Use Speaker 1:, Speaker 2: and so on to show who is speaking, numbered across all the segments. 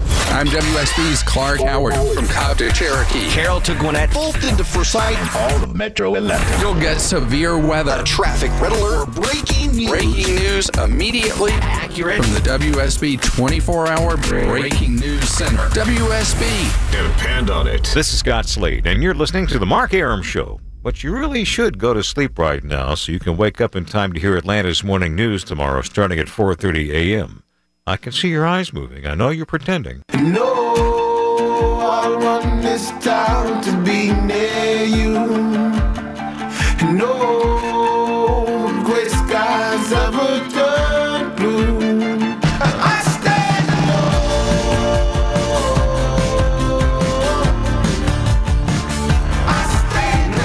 Speaker 1: I'm WSB's Clark Howard.
Speaker 2: From Cobb to Cherokee,
Speaker 3: Carroll to Gwinnett.
Speaker 4: Bolton to Forsyth,
Speaker 5: All the Metro 11.
Speaker 1: You'll get severe
Speaker 4: a
Speaker 1: weather
Speaker 4: traffic riddler, breaking news.
Speaker 2: breaking news immediately accurate.
Speaker 1: from the WSB 24 hour Breaking News Center. WSB.
Speaker 5: Depend on it.
Speaker 6: This is Scott Slade, and you're listening to The Mark Aram Show. But you really should go to sleep right now so you can wake up in time to hear Atlanta's morning news tomorrow starting at 4.30 a.m. I can see your eyes moving. I know you're pretending.
Speaker 7: No, I want this town to be near you. No gray skies ever turn blue. And I stand alone. I stand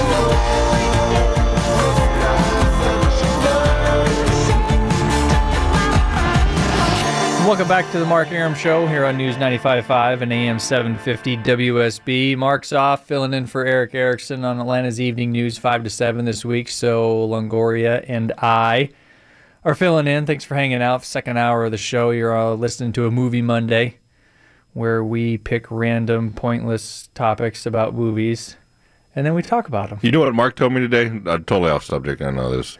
Speaker 8: Welcome back to the Mark Aram Show here on News 95.5 and AM 750 WSB. Mark's off, filling in for Eric Erickson on Atlanta's Evening News 5 to 7 this week. So Longoria and I are filling in. Thanks for hanging out. Second hour of the show. You're uh, listening to a Movie Monday where we pick random, pointless topics about movies and then we talk about them.
Speaker 9: You know what Mark told me today? I'm totally off subject. I know this.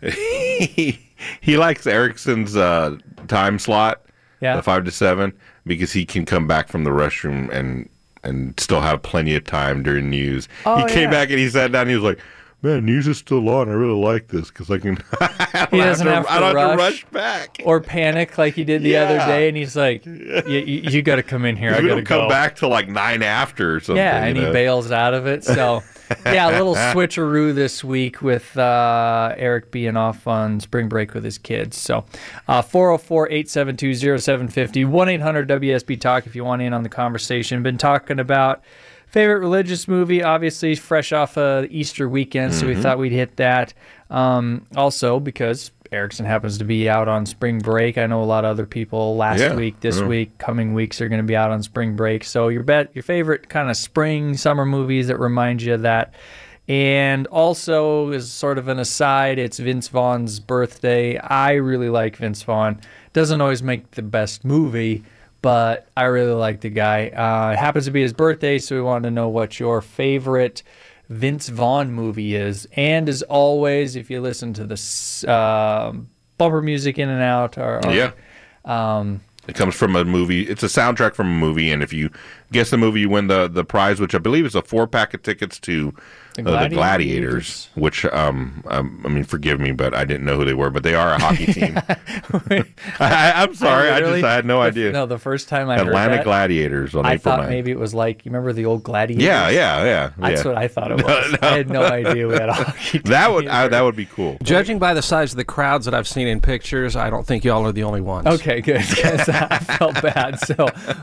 Speaker 9: he, he likes Erickson's uh, time slot,
Speaker 8: Yeah.
Speaker 9: the five to seven, because he can come back from the restroom and and still have plenty of time during news.
Speaker 8: Oh,
Speaker 9: he came
Speaker 8: yeah.
Speaker 9: back and he sat down. And he was like, "Man, news is still on. I really like this because I can. I
Speaker 8: He
Speaker 9: don't
Speaker 8: doesn't have to
Speaker 9: I don't have to
Speaker 8: rush.
Speaker 9: rush back.
Speaker 8: Or panic like he did the other
Speaker 9: Yeah.
Speaker 8: day. And he's like, "Y- y- You got to come in here. I
Speaker 9: we
Speaker 8: got to
Speaker 9: don't come
Speaker 8: go.
Speaker 9: back till like nine after or something.
Speaker 8: Yeah,
Speaker 9: you
Speaker 8: and he
Speaker 9: know?
Speaker 8: bails out of it. So, yeah, a little switcheroo this week with uh, Eric being off on spring break with his kids. So, uh, 404 872 0750, 1 800 WSB Talk if you want in on the conversation. Been talking about favorite religious movie, obviously, fresh off uh, Easter weekend. So,
Speaker 9: Mm-hmm.
Speaker 8: we thought we'd hit that. Um, also, because Erickson happens to be out on spring break. I know a lot of other people last
Speaker 9: Yeah. Mm-hmm.
Speaker 8: week, this week, coming weeks are going to be out on spring break. So your bet, your favorite kind of spring summer movies that remind you of that. And also, as sort of an aside, it's Vince Vaughn's birthday. I really like Vince Vaughn. Doesn't always make the best movie, but I really like the guy. Uh, it happens to be his birthday, so we wanted to know what your favorite Vince Vaughn movie is. And as always, if you listen to the s- um bumper music in and out, or, or
Speaker 9: Oh, Yeah.
Speaker 8: um,
Speaker 9: It comes from a movie. It's a soundtrack from a movie, and if you guess the movie, you win the the prize, which I believe is a four pack of tickets to
Speaker 8: The
Speaker 9: uh, the
Speaker 8: Gladiators.
Speaker 9: Gladiators. Which, um, um, I mean, forgive me, but I didn't know who they were, but they are a hockey team. I, I'm sorry, I,
Speaker 8: literally-
Speaker 9: just I had no
Speaker 8: the-
Speaker 9: idea.
Speaker 8: No, the first time I heard
Speaker 9: Atlanta
Speaker 8: that,
Speaker 9: Gladiators on
Speaker 8: I
Speaker 9: April
Speaker 8: thought
Speaker 9: 9th.
Speaker 8: maybe it was like you remember the old Gladiator.
Speaker 9: yeah, yeah, yeah.
Speaker 8: that's
Speaker 9: yeah.
Speaker 8: what I thought it was. I had no idea we had a hockey team.
Speaker 9: that would I, that would be cool.
Speaker 10: Judging by the size of the crowds that I've seen in pictures, I don't think y'all are the only ones.
Speaker 8: Okay, good. 'cause I felt bad. So,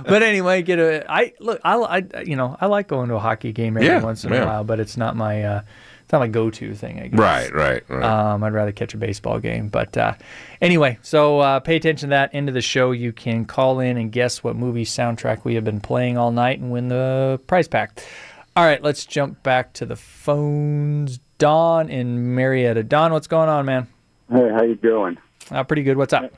Speaker 8: but anyway, get a. I look. I, I you know I like going to a hockey game every
Speaker 9: Yeah,
Speaker 8: once in a
Speaker 9: yeah.
Speaker 8: while, but it's not my uh, it's not my go-to thing. I guess.
Speaker 9: Right, right, right.
Speaker 8: Um, I'd rather catch a baseball game. But uh, anyway, so uh, pay attention to that. End of the show, you can call in and guess what movie soundtrack we have been playing all night and win the prize pack. All right, let's jump back to the phones. Don in Marietta. Don, what's going on, man?
Speaker 11: Hey, how you doing?
Speaker 8: Uh, pretty good. What's up?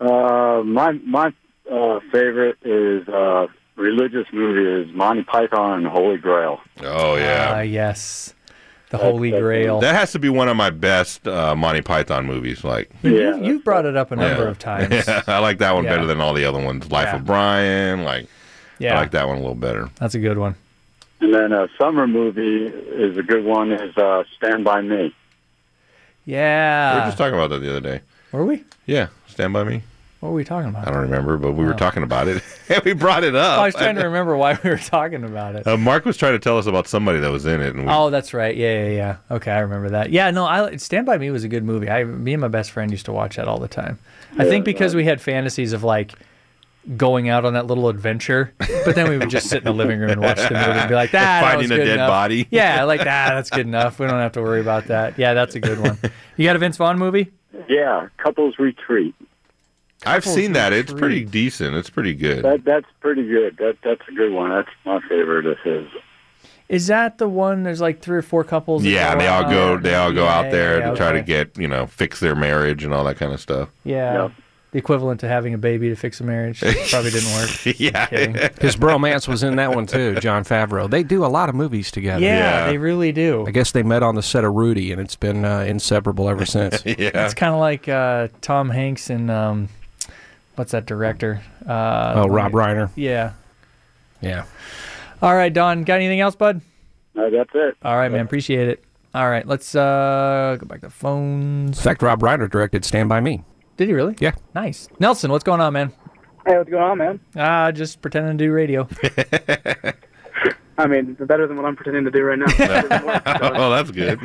Speaker 11: Uh, my my uh, favorite is uh, religious movie is Monty Python and Holy Grail.
Speaker 9: oh yeah.
Speaker 8: Uh, yes, the Holy Grail.
Speaker 9: that has to be one of my best uh, Monty Python movies. Like,
Speaker 11: Yeah,
Speaker 8: you, you've brought it up a number
Speaker 9: Yeah.
Speaker 8: of times.
Speaker 9: yeah, I like that one
Speaker 8: Yeah.
Speaker 9: better than all the other ones. Life
Speaker 8: Yeah.
Speaker 9: of Brian, like,
Speaker 8: Yeah,
Speaker 9: I like that one a little better.
Speaker 8: that's a good one.
Speaker 11: And then a summer movie is a good one is uh, Stand by Me.
Speaker 9: We were
Speaker 8: Yeah.
Speaker 9: just talking about that the other day.
Speaker 8: were we?
Speaker 9: Yeah, Stand by Me.
Speaker 8: What were we talking about?
Speaker 9: I don't remember, but we were talking about it, and we brought it up.
Speaker 8: Oh, I was trying to remember why we were talking about it.
Speaker 9: Uh, Mark was trying to tell us about somebody that was in it, and we,
Speaker 8: Oh, that's right. Yeah, yeah, yeah. Okay, I remember that. Yeah, no, I Stand by Me was a good movie. I, me and my best friend used to watch that all the time. I think because we had fantasies of like going out on that little adventure, but then we would just sit in the living room and watch the movie and be like, "Ah, "That
Speaker 9: finding
Speaker 8: was
Speaker 9: a
Speaker 8: good
Speaker 9: dead
Speaker 8: enough."
Speaker 9: body.
Speaker 8: Yeah, like that. that's good enough. We don't have to worry about that. Yeah, that's a good one. You got a Vince Vaughn movie?
Speaker 11: Yeah, Couples Retreat.
Speaker 9: I've seen that. It's pretty decent. It's pretty good.
Speaker 11: That that's pretty good. That that's a good one. That's my favorite of his.
Speaker 8: Is that the one? There's like three or four couples. that
Speaker 9: yeah, they all
Speaker 8: out?
Speaker 9: go. They all go
Speaker 8: Yeah,
Speaker 9: out there
Speaker 8: yeah,
Speaker 9: to try to
Speaker 8: okay.
Speaker 9: get you know fix their marriage and all that kind of stuff.
Speaker 8: Yeah.
Speaker 11: Yep.
Speaker 8: the equivalent to having a baby to fix a marriage. Probably didn't work. Kidding.
Speaker 10: yeah. His bromance was in that one too, John Favreau. They do a lot of movies together.
Speaker 8: Yeah, they really do.
Speaker 10: I guess they met on the set of Rudy, and it's been uh, inseparable ever since.
Speaker 8: It's kind of like uh, Tom Hanks and um, what's that director? Uh,
Speaker 10: Oh, Rob Reiner.
Speaker 8: Yeah.
Speaker 10: Yeah.
Speaker 8: All right, Don. Got anything else, bud?
Speaker 11: No, Uh, that's it.
Speaker 8: All right, man. Appreciate it. All right, let's uh, go back to phones.
Speaker 10: In fact, Rob Reiner directed Stand by Me.
Speaker 8: Did he really?
Speaker 10: Yeah.
Speaker 8: Nice. Nelson, what's going on, man?
Speaker 3: Hey, what's going on, man?
Speaker 8: Ah, just pretending to do radio.
Speaker 3: I mean, it's better than what I'm pretending to do right now.
Speaker 9: oh, that's good.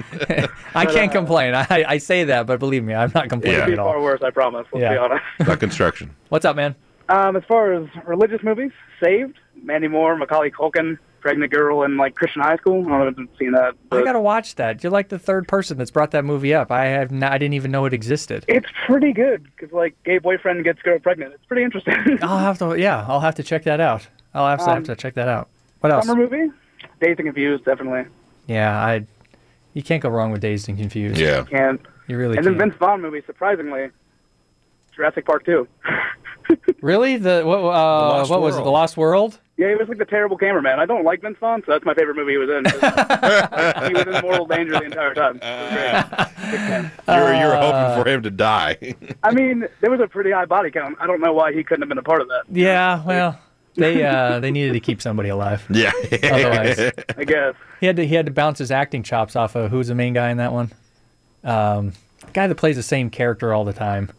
Speaker 8: I can't complain. I, I say that, but believe me, I'm not complaining
Speaker 9: Yeah.
Speaker 8: at all.
Speaker 3: Far worse, I promise. Let's be
Speaker 8: Yeah.
Speaker 3: honest.
Speaker 9: Not construction.
Speaker 8: What's up, man?
Speaker 3: Um, as far as religious movies, Saved, Mandy Moore, Macaulay Culkin, Pregnant Girl, and like Christian High School. I don't know if you've seen that.
Speaker 8: I
Speaker 3: But
Speaker 8: gotta watch that. You're like the third person that's brought that movie up. I have not, I didn't even know it existed.
Speaker 3: It's pretty good because like gay boyfriend gets girl pregnant. It's pretty interesting.
Speaker 8: I'll have to. Yeah, I'll have to check that out. I'll have to,
Speaker 3: Um,
Speaker 8: have to check that out. What else?
Speaker 3: Summer movie, Dazed and Confused, definitely.
Speaker 8: Yeah, I. You can't go wrong with Dazed and Confused.
Speaker 9: Yeah.
Speaker 3: And
Speaker 8: you really
Speaker 3: and then
Speaker 8: can't.
Speaker 3: Vince Vaughn movie, surprisingly, Jurassic Park Two.
Speaker 8: really, the what? Uh,
Speaker 10: Lost
Speaker 8: what was it? The
Speaker 10: World.
Speaker 8: Lost World.
Speaker 3: Yeah, he was like the terrible cameraman. I don't like Vince Vaughn, so that's my favorite movie he was in. he was in mortal danger the entire time. It was great.
Speaker 8: Uh,
Speaker 9: You were, you were hoping for him to die.
Speaker 3: I mean, there was a pretty high body count. I don't know why he couldn't have been a part of that.
Speaker 8: Yeah. Well, they uh, they needed to keep somebody alive.
Speaker 9: yeah.
Speaker 8: Otherwise,
Speaker 3: I guess.
Speaker 8: he had to he had to bounce his acting chops off of who's the main guy in that one. Um, the guy that plays the same character all the time.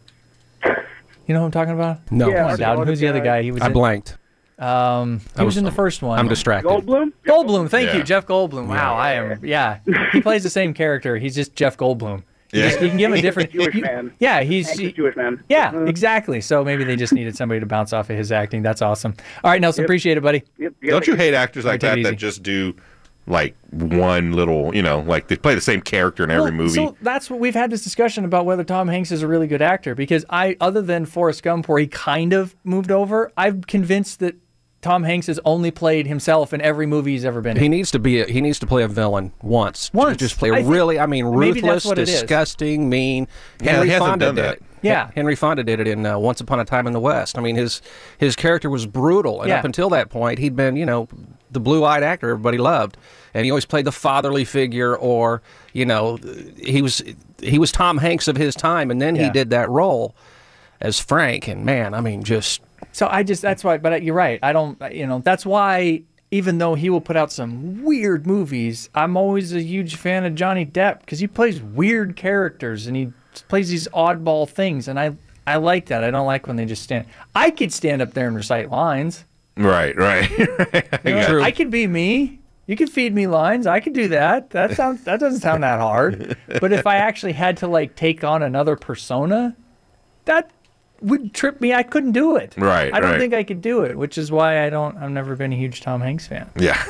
Speaker 8: You know what I'm talking about?
Speaker 10: No.
Speaker 3: Yeah,
Speaker 8: Come on, Dowd.
Speaker 3: Goldblum
Speaker 8: Who's the other
Speaker 3: guy.
Speaker 8: guy? He was.
Speaker 10: I
Speaker 8: in-
Speaker 10: blanked.
Speaker 8: Um, he was, in the first one.
Speaker 10: I'm distracted.
Speaker 3: Goldblum?
Speaker 8: Goldblum, thank you,
Speaker 9: Yeah.
Speaker 8: Jeff Goldblum. Wow, I am. Yeah, he plays the same character. He's just Jeff Goldblum. You,
Speaker 9: Yeah.
Speaker 8: just- you can give him a different.
Speaker 3: Jewish
Speaker 8: you-
Speaker 3: man.
Speaker 8: Yeah, he's.
Speaker 3: He's a
Speaker 8: he-
Speaker 3: Jewish man.
Speaker 8: yeah,
Speaker 3: Mhm.
Speaker 8: exactly. So maybe they just needed somebody to bounce off of his acting. That's awesome. All right, Nelson, appreciate it, buddy.
Speaker 3: Yep, you
Speaker 9: Don't
Speaker 3: gotta-
Speaker 9: you hate actors like
Speaker 8: Take it
Speaker 9: that
Speaker 8: easy.
Speaker 9: that just do like one little, you know, like they play the same character in every
Speaker 8: Well,
Speaker 9: movie?
Speaker 8: So that's what we've had this discussion about whether Tom Hanks is a really good actor because I, other than Forrest Gump, where he kind of moved over, I'm convinced that Tom Hanks has only played himself in every movie he's ever been in.
Speaker 10: He needs to be. A, he needs to play a villain once.
Speaker 8: Once.
Speaker 10: just play
Speaker 8: I think-
Speaker 10: really. I mean,
Speaker 8: maybe
Speaker 10: ruthless,
Speaker 8: that's what it is.
Speaker 10: disgusting, mean.
Speaker 9: Yeah,
Speaker 10: Henry
Speaker 9: he hasn't
Speaker 10: Fonda
Speaker 9: done
Speaker 10: did
Speaker 9: that.
Speaker 10: it.
Speaker 8: Yeah.
Speaker 10: Hen- Henry Fonda did it in uh, Once Upon a Time in the West. I mean, his his character was brutal, and
Speaker 8: Yeah.
Speaker 10: up until that point, he'd been you know the blue-eyed actor everybody loved, and he always played the fatherly figure, or you know, he was he was Tom Hanks of his time, and then
Speaker 8: Yeah.
Speaker 10: he did that role as Frank, and man, I mean, just
Speaker 8: So I just that's why. But you're right. I don't. You know that's why. Even though he will put out some weird movies, I'm always a huge fan of Johnny Depp because he plays weird characters and he plays these oddball things, and I I like that. I don't like when they just stand. I could stand up there and recite lines.
Speaker 9: right, right.
Speaker 10: True.
Speaker 8: I could be me. You could feed me lines. I could do that. That sounds that doesn't sound that hard. But if I actually had to like take on another persona, that would trip me. I couldn't do it.
Speaker 9: Right,
Speaker 8: I don't
Speaker 9: right.
Speaker 8: think I could do it, which is why I don't I've never been a huge Tom Hanks fan.
Speaker 9: yeah.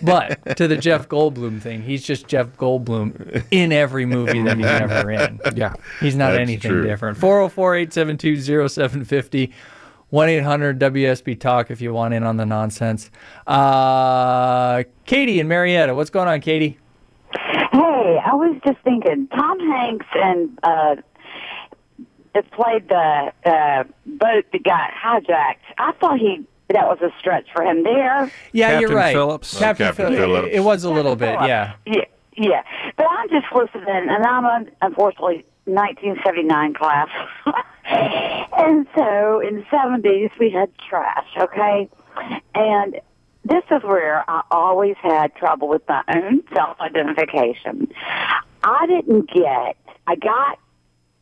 Speaker 8: But to the Jeff Goldblum thing, he's just Jeff Goldblum in every movie that he's ever in.
Speaker 10: yeah.
Speaker 8: He's not
Speaker 9: That's
Speaker 8: anything
Speaker 9: true.
Speaker 8: different. 404 872 0750 1 800 WSB Talk if you want in on the nonsense. Uh, Katie and Marietta, what's going on, Katie?
Speaker 12: Hey, I was just thinking Tom Hanks and uh it played the uh boat that got hijacked. I thought he that was a stretch for him there.
Speaker 8: Yeah, you're
Speaker 10: Captain
Speaker 8: right.
Speaker 10: Phillips.
Speaker 8: Captain,
Speaker 9: Oh, Captain
Speaker 8: Phillips.
Speaker 9: Phillips.
Speaker 8: It was a little bit, yeah.
Speaker 12: Yeah, yeah. But I'm just listening, and I'm un- unfortunately 1979 class, and so in the 70s we had trash. Okay, and this is where I always had trouble with my own self-identification. I didn't get. I got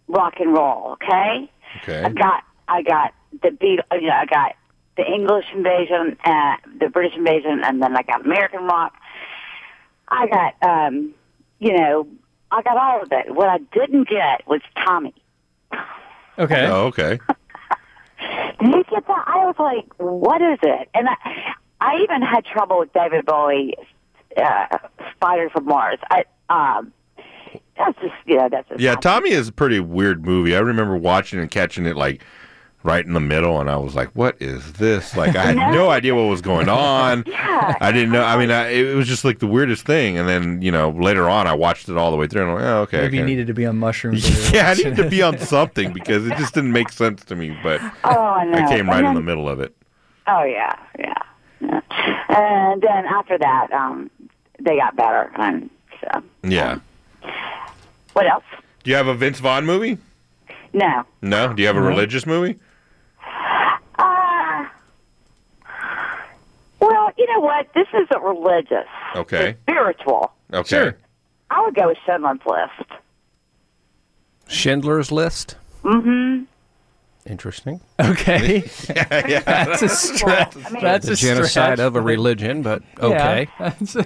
Speaker 12: rock and roll. Okay.
Speaker 9: Okay.
Speaker 12: I got. I got the beat. You know, I got the English invasion, uh, the British invasion, and then I got American rock. I got, um, you know, I got all of it. What I didn't get was Tommy.
Speaker 8: Okay.
Speaker 9: Oh, okay.
Speaker 12: Did you get that? I was like, what is it? And I, I even had trouble with David Bowie, uh, Spider from Mars. I, um, that's just, you know, that's just
Speaker 9: Yeah, Tommy is a pretty weird movie. I remember watching and catching it like right in the middle, and I was like, "What is this?" Like I had no idea what was going on. I didn't know. I mean, I, it was just like the weirdest thing. And then you know later on, I watched it all the way through, and I'm like, "Oh, okay." I
Speaker 8: Maybe you
Speaker 9: can-
Speaker 8: needed to be on mushrooms.
Speaker 9: yeah, I needed to be on something because it just didn't make sense to me. But
Speaker 12: Oh, I know.
Speaker 9: came right
Speaker 12: And
Speaker 9: in the
Speaker 12: then-
Speaker 9: middle of it.
Speaker 12: Oh yeah, yeah. yeah. And then after that, um, they got better. And so,
Speaker 9: Yeah.
Speaker 8: Um,
Speaker 12: what else?
Speaker 9: Do you have a Vince Vaughn movie?
Speaker 12: No.
Speaker 9: No. Do you have a religious movie?
Speaker 12: Uh, well, you know what? This isn't religious.
Speaker 9: Okay.
Speaker 12: Spiritual.
Speaker 9: Okay.
Speaker 12: I would go with Schindler's List.
Speaker 10: Schindler's List.
Speaker 12: Mm-hmm.
Speaker 10: Interesting.
Speaker 8: Okay. That's a stretch.
Speaker 12: I mean-
Speaker 8: That's
Speaker 10: the
Speaker 8: a
Speaker 10: genocide
Speaker 8: stretch.
Speaker 10: of a religion, but okay.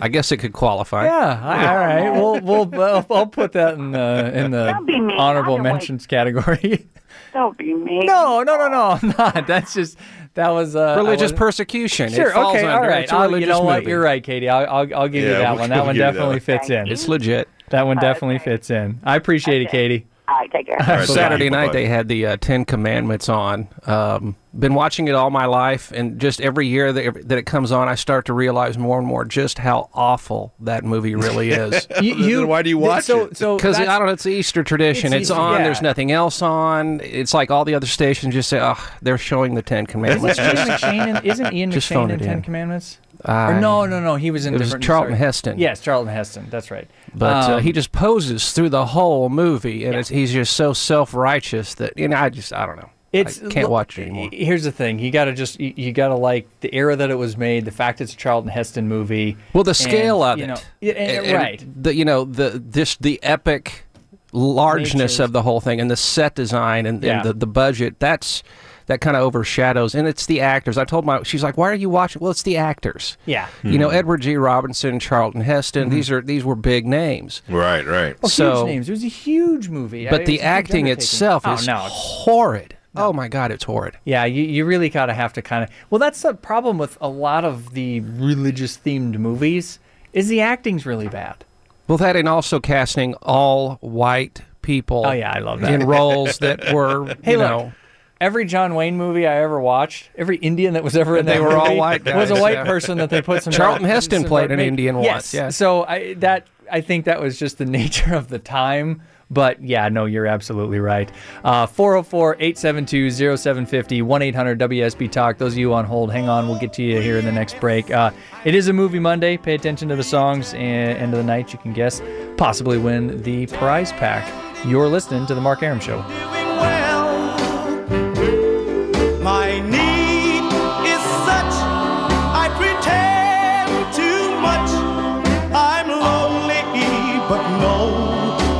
Speaker 10: I guess it could qualify.
Speaker 8: Yeah. I- All right. We'll we'll well, I'll put that in the in the
Speaker 12: be mean.
Speaker 8: honorable
Speaker 12: Either way.
Speaker 8: mentions category.
Speaker 12: Don't be mean.
Speaker 8: No, no, no, no. I'm not. That's just that was uh, I
Speaker 10: Religious
Speaker 8: wasn't-
Speaker 10: persecution. It
Speaker 8: Sure.
Speaker 10: falls
Speaker 8: okay.
Speaker 10: under-
Speaker 8: all right.
Speaker 10: it's a
Speaker 8: I'll- you
Speaker 10: religious
Speaker 8: know what?
Speaker 10: movie.
Speaker 8: You're right, Katie. I'll I'll, I'll give you
Speaker 10: Yeah,
Speaker 8: that
Speaker 10: we'll-
Speaker 8: one. That
Speaker 10: we'll
Speaker 8: one
Speaker 10: give you that
Speaker 8: definitely
Speaker 10: one.
Speaker 8: fits in.
Speaker 10: It's legit.
Speaker 8: That one definitely fits in. I appreciate it, Katie.
Speaker 12: All right. Take care.
Speaker 10: Saturday night they had the uh, Ten Commandments on. Um, been watching it all my life, and just every year that, every- that it comes on, I start to realize more and more just how awful that movie really is.
Speaker 8: You- Then you- why do you watch so- it? so
Speaker 10: because I
Speaker 8: that's-
Speaker 10: don't know, it's the Easter tradition.
Speaker 8: It's
Speaker 10: It's,
Speaker 8: Easter,
Speaker 10: on.
Speaker 8: yeah.
Speaker 10: There's nothing else on. It's like all the other stations just say, "Oh, they're showing the Ten Commandments."
Speaker 8: Isn't Ian
Speaker 10: Just-
Speaker 8: McShane in, isn't Ian
Speaker 10: just
Speaker 8: McShane
Speaker 10: phone
Speaker 8: in
Speaker 10: it
Speaker 8: Ten
Speaker 10: in.
Speaker 8: Commandments?
Speaker 10: I-
Speaker 8: or no, no, no. He was in
Speaker 10: It was
Speaker 8: different.
Speaker 10: Charlton
Speaker 8: sorry.
Speaker 10: Heston.
Speaker 8: Yes, Charlton Heston. That's right.
Speaker 10: But uh,
Speaker 8: Um,
Speaker 10: he just poses through the whole movie, and it's, he's just so self-righteous that you know. I just I don't know.
Speaker 8: It's
Speaker 10: I can't
Speaker 8: look,
Speaker 10: watch it anymore.
Speaker 8: Here's the thing: you gotta just you, you gotta like the era that it was made, the fact it's a Charlton Heston movie.
Speaker 10: Well, the
Speaker 8: and,
Speaker 10: scale of
Speaker 8: you
Speaker 10: it,
Speaker 8: know- yeah, and-
Speaker 10: And
Speaker 8: right?
Speaker 10: The you know the this the epic largeness
Speaker 8: Natures.
Speaker 10: of the whole thing, and the set design, and,
Speaker 8: Yeah.
Speaker 10: and the the budget. That's that kind of overshadows, and it's the actors. I told my she's like, why are you watching? Well, it's the actors.
Speaker 8: Yeah.
Speaker 10: Hmm.
Speaker 8: Mm-hmm.
Speaker 10: You
Speaker 9: Hmm.
Speaker 10: know, Edward G. Robinson, Charlton Heston. These are these were big names.
Speaker 9: Right. Right.
Speaker 8: Well,
Speaker 10: so,
Speaker 8: Oh, huge names. It was a huge movie, I mean,
Speaker 10: but
Speaker 8: it was
Speaker 10: the
Speaker 8: a huge
Speaker 10: acting
Speaker 8: undertaking.
Speaker 10: itself
Speaker 8: oh,
Speaker 10: is
Speaker 8: no, it's-
Speaker 10: horrid. Oh my God, it's horrid.
Speaker 8: Yeah, you, you really gotta have to kind of. Well, that's the problem with a lot of the religious themed movies is the acting's really bad.
Speaker 10: Well, that and also casting all white people.
Speaker 8: Oh, yeah, I love that.
Speaker 10: in roles that were
Speaker 8: Hey,
Speaker 10: you
Speaker 8: look,
Speaker 10: know.
Speaker 8: every John Wayne movie I ever watched, every Indian that was ever in
Speaker 10: They
Speaker 8: that
Speaker 10: were all
Speaker 8: movie
Speaker 10: white
Speaker 8: was
Speaker 10: guys,
Speaker 8: a white
Speaker 10: yeah.
Speaker 8: person that they put some.
Speaker 10: Charlton Heston
Speaker 8: some
Speaker 10: played an
Speaker 8: make-
Speaker 10: Indian
Speaker 8: yes.
Speaker 10: once, yeah.
Speaker 8: So I that I think that was just the nature of the time. But yeah, no, you're absolutely right. Uh, 404 872 0750 1 800 WSB Talk. Those of you on hold, hang on. We'll get to you here in the next break. Uh, it is a movie Monday. Pay attention to the songs. And end of the night, you can guess, possibly win the prize pack. You're listening to The Mark Aram Show.
Speaker 13: My need is such, I pretend too much. I'm lonely, but no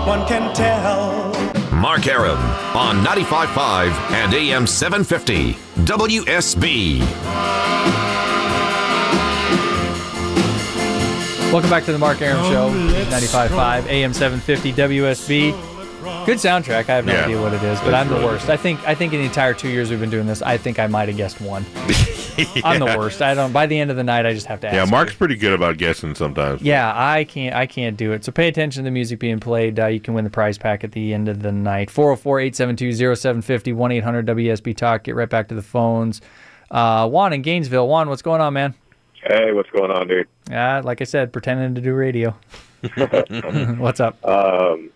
Speaker 13: one can tell.
Speaker 14: Mark Aram on 95.5 and AM 750 WSB.
Speaker 8: Welcome back to the Mark Aram Show, 95.5 AM 750 WSB. Good soundtrack. I have no
Speaker 9: Yeah.
Speaker 8: idea what it is, but
Speaker 9: It's
Speaker 8: I'm the
Speaker 9: really
Speaker 8: worst. I think I think in the entire two years we've been doing this, I think I might have guessed one. I'm the
Speaker 9: Yeah.
Speaker 8: worst. I don't. By the end of the night, I just have to ask.
Speaker 9: Yeah, Mark's pretty good about guessing sometimes.
Speaker 8: Yeah, I can't. I can't do it. So pay attention to the music being played. Uh, you can win the prize pack at the end of the night. 404-872-0750, 1-800-WSB Talk. Get right back to the phones. Uh, Juan in Gainesville. Juan, what's going on, man?
Speaker 15: Hey, what's going on, dude?
Speaker 8: Uh, like I said, pretending to do radio. what's up?
Speaker 15: Um,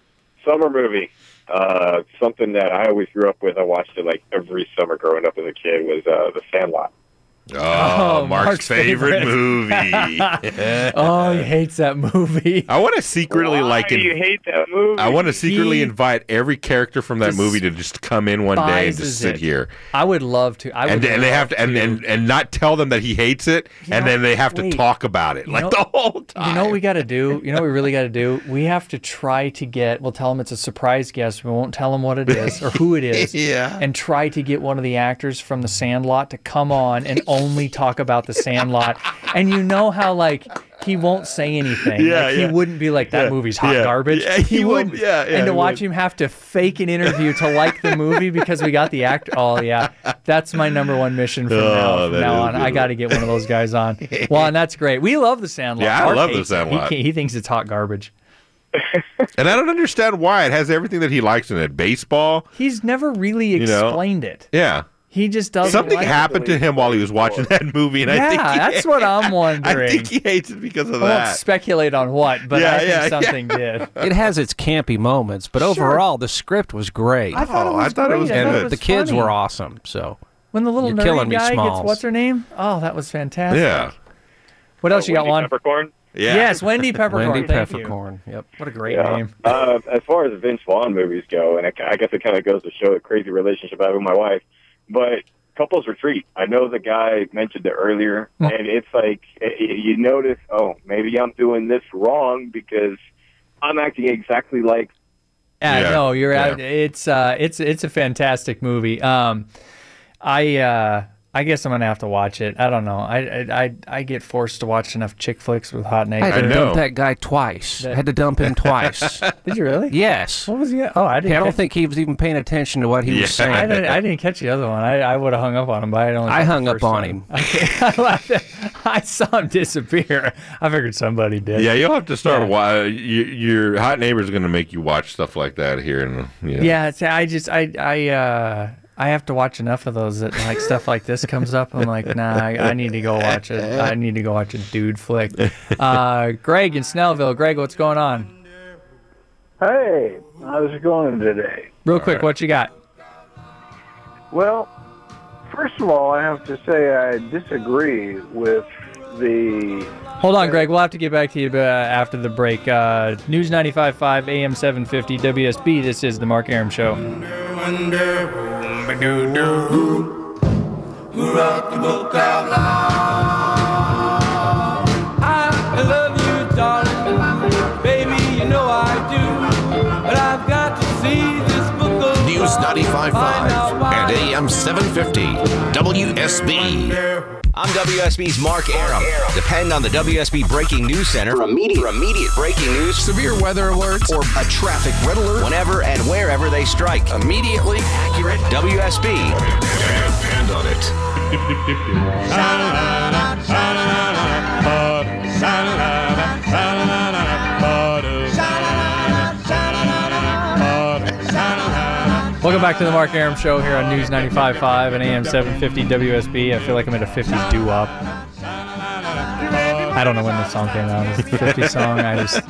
Speaker 15: summer movie. Uh, something that I always grew up with. I watched it like every summer growing up as a kid was uh, The Sandlot.
Speaker 9: Oh,
Speaker 8: Oh,
Speaker 9: Mark's,
Speaker 8: Mark's
Speaker 9: favorite,
Speaker 8: favorite.
Speaker 9: movie.
Speaker 8: oh, he hates that movie.
Speaker 9: I want to secretly like. in-
Speaker 15: hate that movie?
Speaker 9: I want to secretly
Speaker 8: He-
Speaker 9: invite every character from that movie to just come in one day and just
Speaker 8: despises
Speaker 9: sit
Speaker 8: it.
Speaker 9: here,
Speaker 8: I would love to. I would
Speaker 9: and, and they
Speaker 8: love
Speaker 9: have to, and, and and not tell them that he hates it, and then they have to
Speaker 8: wait.
Speaker 9: talk about it.
Speaker 8: You
Speaker 9: Like
Speaker 8: know-
Speaker 9: the whole
Speaker 8: You know what we got to do? You know what we really got to do? We have to try to get, we'll tell them it's a surprise guest. We won't tell them what it is or who it is.
Speaker 9: Yeah.
Speaker 8: And try to get one of the actors from The Sandlot to come on and only talk about The Sandlot. And you know how, like, he won't say anything.
Speaker 9: Yeah,
Speaker 8: Like,
Speaker 9: yeah.
Speaker 8: He wouldn't be like, that
Speaker 9: Yeah,
Speaker 8: movie's hot
Speaker 9: yeah.
Speaker 8: garbage.
Speaker 9: Yeah, he would-
Speaker 8: wouldn't.
Speaker 9: yeah, yeah,
Speaker 8: and to
Speaker 9: he
Speaker 8: watch
Speaker 9: would.
Speaker 8: him have to fake an interview to like the movie because we got the actor. Oh, yeah. That's my number one mission from now,
Speaker 9: Oh,
Speaker 8: from
Speaker 9: that
Speaker 8: now
Speaker 9: is a
Speaker 8: on.
Speaker 9: good
Speaker 8: I
Speaker 9: one.
Speaker 8: got to get one of those guys on. Juan, that's great. We love The Sandlot.
Speaker 9: Yeah, I
Speaker 8: Mark
Speaker 9: love The
Speaker 8: hates it.
Speaker 9: Sandlot.
Speaker 8: He, can't- he thinks it's hot garbage.
Speaker 9: and I don't understand why it has everything that he likes in it. Baseball.
Speaker 8: He's never really
Speaker 9: You know?
Speaker 8: explained it.
Speaker 9: Yeah.
Speaker 8: He just doesn't.
Speaker 9: Something
Speaker 8: like
Speaker 9: happened to him while he was watching that movie, and
Speaker 8: yeah,
Speaker 9: I think he,
Speaker 8: that's what I'm wondering.
Speaker 9: I think he hates it because
Speaker 8: I
Speaker 9: of
Speaker 8: won't
Speaker 9: that.
Speaker 8: speculate on what, but
Speaker 9: Yeah,
Speaker 8: I think
Speaker 9: yeah,
Speaker 8: something
Speaker 9: yeah.
Speaker 8: did.
Speaker 10: It has its campy moments, but overall the script was great.
Speaker 8: I thought it Oh, I was thought it great. was I thought
Speaker 10: and the
Speaker 8: it was
Speaker 10: kids
Speaker 8: funny.
Speaker 10: were awesome. So
Speaker 8: When the little
Speaker 10: You're
Speaker 8: nerdy
Speaker 10: killing me,
Speaker 8: guy gets
Speaker 10: Smalls.
Speaker 8: what's her name? Oh, that was fantastic. What else you got, Juan?
Speaker 15: Peppercorn.
Speaker 9: Yeah.
Speaker 8: Yes, Wendy Peppercorn.
Speaker 10: Wendy
Speaker 8: thank you.
Speaker 10: Peppercorn. Yep.
Speaker 8: What a great
Speaker 15: Yeah.
Speaker 8: name.
Speaker 15: Uh, as far as Vince Vaughn movies go, and it, I guess it kind of goes to show the crazy relationship I have with my wife, but Couples Retreat. I know the guy mentioned it earlier,
Speaker 8: Mm.
Speaker 15: and it's like i- i you notice, oh, maybe I'm doing this wrong because I'm acting exactly like
Speaker 8: Yeah,
Speaker 15: Yeah,
Speaker 8: no, you're
Speaker 15: yeah.
Speaker 8: out. It's uh, it's it's a fantastic movie. Um, I uh, I guess I'm gonna have to watch it. I don't know. I I I, I get forced to watch enough chick flicks with hot
Speaker 10: I
Speaker 8: naked.
Speaker 10: had to dump that guy twice.
Speaker 8: That-
Speaker 10: had to dump him twice.
Speaker 8: Did you really?
Speaker 10: Yes. What
Speaker 8: was he? Oh, I didn't.
Speaker 10: I don't
Speaker 8: catch-
Speaker 10: think he was even paying attention to what he
Speaker 8: Yeah.
Speaker 10: was saying.
Speaker 8: I didn't, I didn't catch the other one. I, I would have hung up on him, but I don't.
Speaker 10: I hung up on him.
Speaker 8: I saw him disappear. I figured somebody did.
Speaker 9: Yeah, you'll have to start. Why your, your hot neighbor's going to make you watch stuff like that here? And yeah,
Speaker 8: Yeah, it's, I just I I uh I have to watch enough of those that like stuff like this comes up. I'm like, nah, I, I need to go watch it. I need to go watch a dude flick. Uh, Greg in Snellville. Greg, what's going on?
Speaker 16: Hey, how's it going today?
Speaker 8: Real quick, what you got?
Speaker 16: Well, first of all, I have to say I disagree with the.
Speaker 8: Hold on, Greg. We'll have to get back to you uh, after the break. Uh, News 95.5 AM 750 WSB. This is the Mark Aram Show.
Speaker 13: who wrote the book out loud.
Speaker 3: Uh,
Speaker 13: I love you, darling, baby, you know I do. But I've got to see this book of
Speaker 14: News 95.5 and AM 750 WSB.
Speaker 17: I'm WSB's Mark Aram. Depend on the WSB Breaking News Center for immediate, for immediate breaking news, severe weather alerts, or a traffic red alert whenever and wherever they strike. Immediately accurate WSB.
Speaker 5: Depend on it.
Speaker 8: Welcome back to the Mark Aram Show here on News 95.5 and AM 750 WSB. I feel like I'm at a 50s doo-wop. I don't know when this song came out. It's a 50 song. I just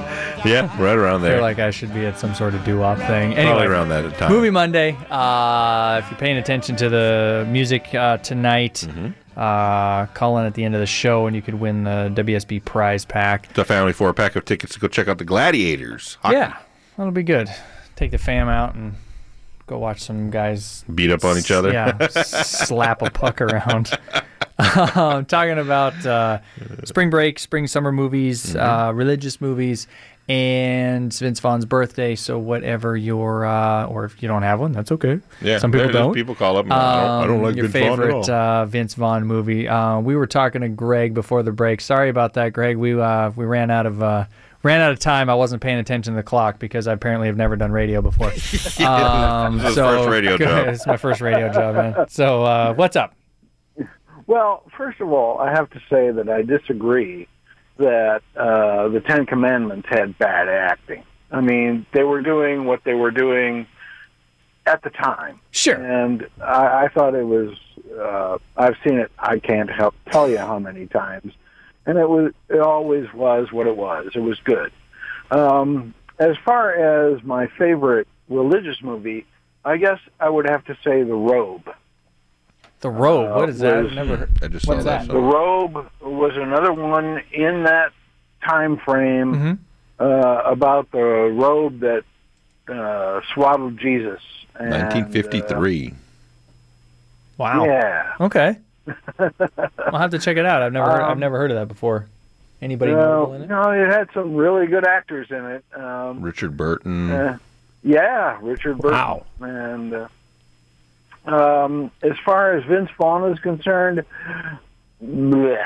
Speaker 9: yeah, right around there.
Speaker 8: feel like I should be at some sort of doo-wop thing.
Speaker 9: Probably
Speaker 8: Anyway,
Speaker 9: around that time.
Speaker 8: Movie Monday. Uh, if you're paying attention to the music uh, tonight,
Speaker 9: Mm-hmm.
Speaker 8: uh, call in at the end of the show and you could win the WSB prize pack.
Speaker 9: the family for a pack of tickets to go check out the Gladiators.
Speaker 8: Yeah, that'll be good. Take the fam out and go watch some guys
Speaker 9: Beat up on each other.
Speaker 8: Yeah, slap a puck around. um, talking about uh, spring break, spring summer movies,
Speaker 9: Mm-hmm.
Speaker 8: uh, religious movies, and Vince Vaughn's birthday. So whatever your uh, or if you don't have one, that's okay.
Speaker 9: Yeah,
Speaker 8: some
Speaker 9: there
Speaker 8: people
Speaker 9: it is.
Speaker 8: don't. Um,
Speaker 9: People call up and, "I don't- I don't like
Speaker 8: your
Speaker 9: Vince Vaughn at
Speaker 8: favorite
Speaker 9: all."
Speaker 8: uh, Vince Vaughn movie. Uh, we were talking to Greg before the break. Sorry about that, Greg. We uh, we ran out of uh, ran out of time. I wasn't paying attention to the clock because I apparently have never done radio before. Um,
Speaker 9: This is the first radio job.
Speaker 8: it's my first radio job, man. So uh, what's up?
Speaker 16: Well, first of all, I have to say that I disagree that uh, the Ten Commandments had bad acting. I mean, they were doing what they were doing at the time.
Speaker 8: Sure.
Speaker 16: And I, I thought it was. Uh, I've seen it. I can't help tell you how many times, and it was. It always was what it was. It was good. Um, as far as my favorite religious movie, I guess I would have to say The Robe.
Speaker 8: The robe.
Speaker 16: Uh,
Speaker 8: what is that?
Speaker 16: was-
Speaker 8: I've never heard.
Speaker 9: I just
Speaker 8: What's
Speaker 16: The Robe was another one in that time frame
Speaker 8: Mm-hmm.
Speaker 16: uh, about the robe that uh, swaddled Jesus. And, uh,
Speaker 9: 1953.
Speaker 8: Wow.
Speaker 16: Yeah.
Speaker 8: Okay. I'll have to check it out. I've never heard, I've
Speaker 16: Um,
Speaker 8: never heard of that before. Anybody
Speaker 16: no,
Speaker 8: notable in it?
Speaker 16: no, it had some really good actors in it. Um,
Speaker 9: Richard Burton.
Speaker 16: uh, yeah, Richard Burton.
Speaker 9: Wow.
Speaker 16: And uh, um, as far as Vince Vaughn is concerned, bleh.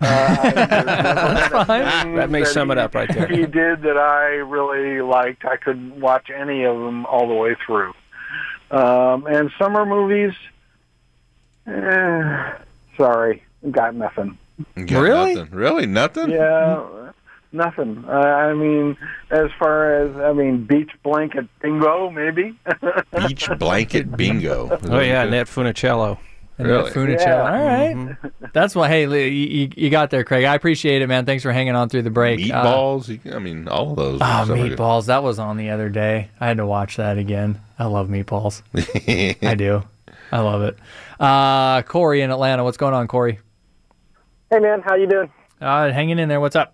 Speaker 16: Uh,
Speaker 10: That may
Speaker 16: that
Speaker 10: sum it
Speaker 16: he-
Speaker 10: up right there.
Speaker 16: He did that I really liked. I could watch any of them all the way through. Um, and summer movies, eh, sorry, got nothing.
Speaker 9: Got
Speaker 16: Really?
Speaker 9: nothing. Really? Nothing?
Speaker 16: Yeah, nothing. Uh, I mean, as far as I mean, beach blanket bingo, maybe.
Speaker 9: Beach blanket bingo.
Speaker 10: Oh yeah, Nat Funicello. Mm-hmm.
Speaker 8: And the
Speaker 10: Really?
Speaker 8: Funicello.
Speaker 10: Yeah.
Speaker 8: All right. That's what. Hey, Lee, you, you- you got there, Craig. I appreciate it, man. Thanks for hanging on through the break. Uh,
Speaker 9: Meatballs. you- I mean, all of those.
Speaker 8: Oh,
Speaker 9: So we're good.
Speaker 8: meatballs! That was on the other day. I had to watch that again. I love meatballs. I do. I love it. Uh, Corey in Atlanta. What's going on, Corey?
Speaker 18: Hey man, how you doing?
Speaker 8: Uh, hanging in there. What's up?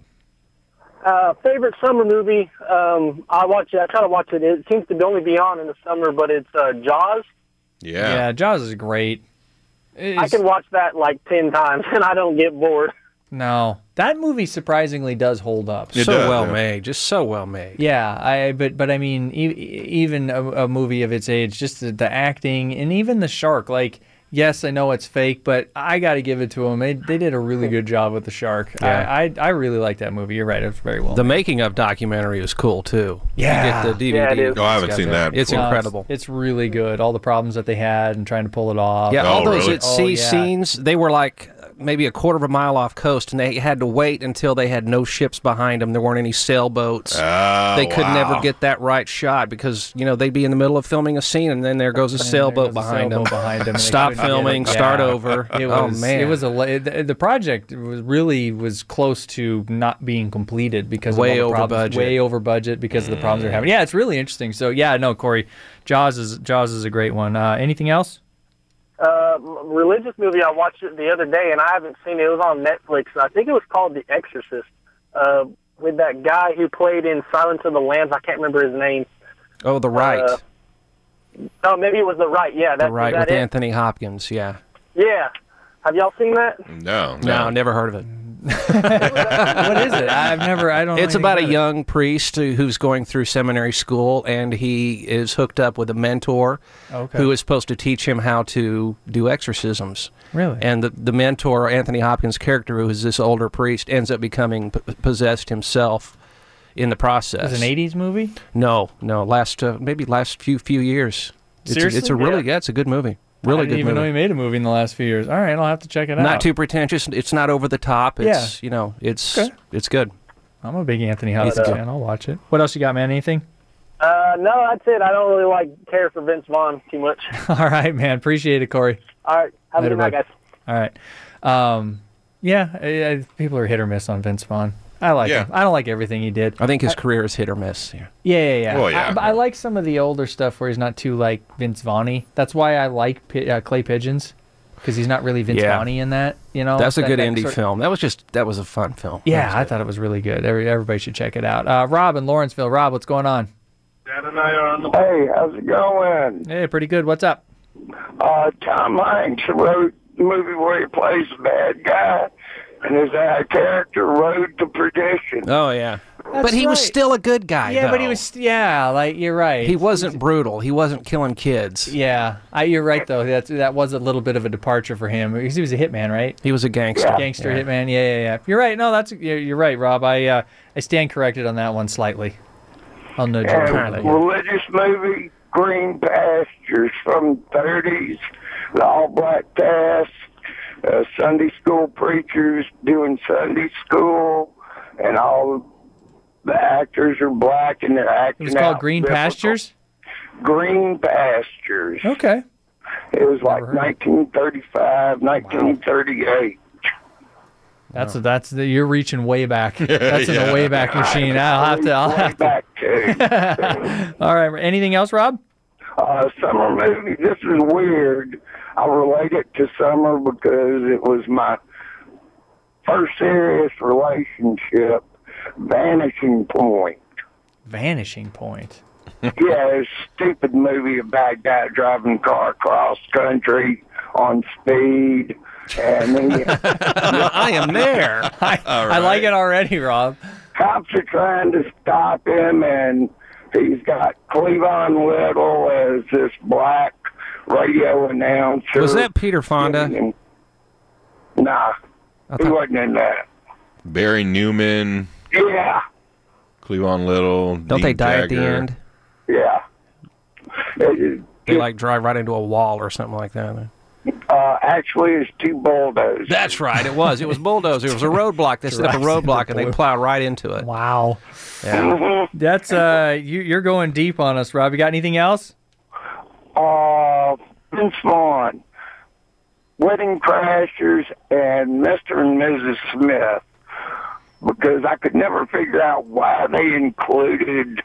Speaker 18: Uh, favorite summer movie? Um, I watch it. I try to watch it. It seems to only be on in the summer, but it's uh, Jaws.
Speaker 9: Yeah.
Speaker 8: Yeah. Jaws is great.
Speaker 18: I can watch that like ten times, and I don't get bored.
Speaker 8: No, that movie surprisingly does hold up.
Speaker 10: so well made, just so well made.
Speaker 8: Yeah, I but but I mean, e- e- even a, a movie of its age, just the, the acting and even the shark. Like, yes, I know it's fake, but I got to give it to them. They, they did a really good job with the shark.
Speaker 10: Yeah.
Speaker 8: I, I I really like that movie. You're right; it's very well.
Speaker 10: The making of documentary is cool too.
Speaker 8: Yeah.
Speaker 10: you get the DVD.
Speaker 8: Oh,
Speaker 10: It's got It's incredible.
Speaker 8: It's, really good. All the problems that they had and trying to pull it off.
Speaker 10: Yeah, all those at sea
Speaker 8: Oh, yeah.
Speaker 10: scenes, they were like maybe a quarter of a mile off coast, and they had to wait until they had no ships behind them. There weren't any sailboats. they could
Speaker 8: Oh, wow.
Speaker 10: never get that right shot because you know they'd be in the middle of filming a scene, and then there goes a sailboat behind them.
Speaker 8: sailboat behind them. and they
Speaker 10: Stop
Speaker 8: couldn't get
Speaker 10: filming,
Speaker 8: it.
Speaker 10: start
Speaker 8: Yeah.
Speaker 10: over.
Speaker 8: It
Speaker 10: oh
Speaker 8: was,
Speaker 10: man,
Speaker 8: it was a la- the, the project was really was close to not being completed because
Speaker 10: Way
Speaker 8: of all the
Speaker 10: over
Speaker 8: problems,
Speaker 10: budget.
Speaker 8: way over budget because of the problems they're having. Yeah, it's really interesting. So yeah, no, Corey, Jaws is Jaws is a great one. Uh, anything else?
Speaker 18: Uh, m- religious movie. I watched it the other day, and I haven't seen it. It was on Netflix, and I think it was called The Exorcist, uh, with that guy who played in Silence of the Lambs. I can't remember his name.
Speaker 10: oh the right,
Speaker 18: Uh, oh, maybe it was the right. Yeah, that's
Speaker 10: the right
Speaker 18: that
Speaker 10: with
Speaker 18: it?
Speaker 10: Anthony Hopkins. Yeah,
Speaker 18: Yeah. Have y'all seen that?
Speaker 10: Mm.
Speaker 9: no,
Speaker 10: no, never heard of it.
Speaker 8: what is it? I've never. I don't. know
Speaker 10: It's
Speaker 8: anything
Speaker 10: about a
Speaker 8: it.
Speaker 10: young priest who- who's going through seminary school, and he is hooked up with a mentor
Speaker 8: Okay.
Speaker 10: who is supposed to teach him how to do exorcisms.
Speaker 8: Really?
Speaker 10: And the, the mentor, Anthony Hopkins' character, who is this older priest, ends up becoming p- possessed himself in the
Speaker 8: It
Speaker 10: process.
Speaker 8: was an '80s movie.
Speaker 10: No, no, last uh, maybe last few few years. It's a, it's
Speaker 8: Seriously?
Speaker 10: a really
Speaker 8: Yeah.
Speaker 10: yeah. it's a good movie. Really
Speaker 8: I didn't
Speaker 10: good
Speaker 8: even know
Speaker 10: movie.
Speaker 8: he made a movie in the last few years. All right, I'll have to check it out.
Speaker 10: Not too pretentious. It's not over the top.
Speaker 8: Yeah.
Speaker 10: It's you know, it's
Speaker 8: Okay.
Speaker 10: it's good.
Speaker 8: I'm a big Anthony
Speaker 10: He's
Speaker 8: Hopkins
Speaker 10: good.
Speaker 8: fan. I'll watch it. What else you got, man? Anything?
Speaker 18: Uh, no, that's it. I don't really like care for Vince Vaughn too much.
Speaker 8: All right, man. Appreciate it, Corey.
Speaker 18: All right, have
Speaker 8: Later,
Speaker 18: a good night,
Speaker 8: bud.
Speaker 18: guys.
Speaker 8: All right. Um, yeah, I, I, people are hit or miss on Vince Vaughn. I like
Speaker 10: Yeah.
Speaker 8: him. I don't like everything he did.
Speaker 10: I think his career is hit or miss. Yeah.
Speaker 8: Yeah, yeah, yeah.
Speaker 10: Well, yeah.
Speaker 8: I, but I like some of the older stuff where he's not too like Vince Vaughn. That's why I like Pi- uh, Clay Pigeons because he's not really Vince
Speaker 10: Yeah.
Speaker 8: Vaughn in that. You know,
Speaker 10: That's a
Speaker 8: That-
Speaker 10: good
Speaker 8: that
Speaker 10: indie
Speaker 8: sort-
Speaker 10: film. That was just that was a fun film.
Speaker 8: Yeah, I thought it was really good. Every, everybody should check it out. Uh, Rob in Lawrenceville. Rob, what's going on?
Speaker 19: Dad and I are on the. Hey, how's it going?
Speaker 8: Hey, pretty good. What's up?
Speaker 19: Uh, Tom Hanks wrote the movie where he plays a bad guy, and his uh, character Road to Perdition.
Speaker 10: Oh yeah, but he was
Speaker 8: right.
Speaker 10: still a good guy.
Speaker 8: yeah, but he
Speaker 10: though.
Speaker 8: was. Yeah, like you're right.
Speaker 10: He wasn't brutal. He wasn't killing kids.
Speaker 8: Yeah, I, you're right though. That's that was a little bit of a departure for him because he was a hitman, right?
Speaker 10: He was a gangster.
Speaker 8: gangster
Speaker 10: Yeah.
Speaker 8: hitman. Yeah, yeah, yeah. You're right. No, that's you're, you're right, Rob. I uh, I stand corrected on that one slightly. I'll nudge you.
Speaker 19: And
Speaker 8: on that.
Speaker 19: religious movie, Green Pastures from the 30s, the All Black Task, uh, Sunday school preachers doing Sunday school, and all the actors are black and they're acting
Speaker 8: It was called
Speaker 19: out
Speaker 8: Green
Speaker 19: biblical.
Speaker 8: Pastures.
Speaker 19: Green Pastures.
Speaker 8: Okay.
Speaker 19: It was like 1935, 1938.
Speaker 8: That's that's the, you're reaching way back. That's in the
Speaker 19: Yeah.
Speaker 8: way back machine. I'll have to. I'll have to. All right. Anything else, Rob?
Speaker 19: Uh, summer movie. This is weird. I relate it to summer because it was my first serious relationship. Vanishing Point.
Speaker 8: Vanishing Point.
Speaker 19: yeah, it's a stupid movie. A bad guy driving a car across country on speed, and he,
Speaker 10: I am there.
Speaker 8: I, I like it already, Rob.
Speaker 19: cops are trying to stop him, and he's got Cleavon Little as this black radio announcer.
Speaker 10: Was that Peter Fonda?
Speaker 19: Nah, he wasn't in that.
Speaker 9: Barry Newman,
Speaker 19: Yeah,
Speaker 9: Cleavon Little.
Speaker 10: Don't they
Speaker 9: Dean
Speaker 10: die at the
Speaker 9: Jagger.
Speaker 10: end?
Speaker 19: yeah.
Speaker 10: They like drive right into a wall or something like that.
Speaker 19: Uh, actually, it's two bulldozers.
Speaker 10: That's right. It was. It was bulldozer. It was a roadblock. They set up a
Speaker 8: Drives into
Speaker 10: roadblock and they
Speaker 8: bull-
Speaker 10: plowed right into it.
Speaker 8: Wow.
Speaker 10: Yeah.
Speaker 8: That's uh, you, you're going deep on us, Rob. You got anything else?
Speaker 19: Uh, Vince Vaughn. Wedding Crashers and Mr. and Mrs. Smith because I could never figure out why they included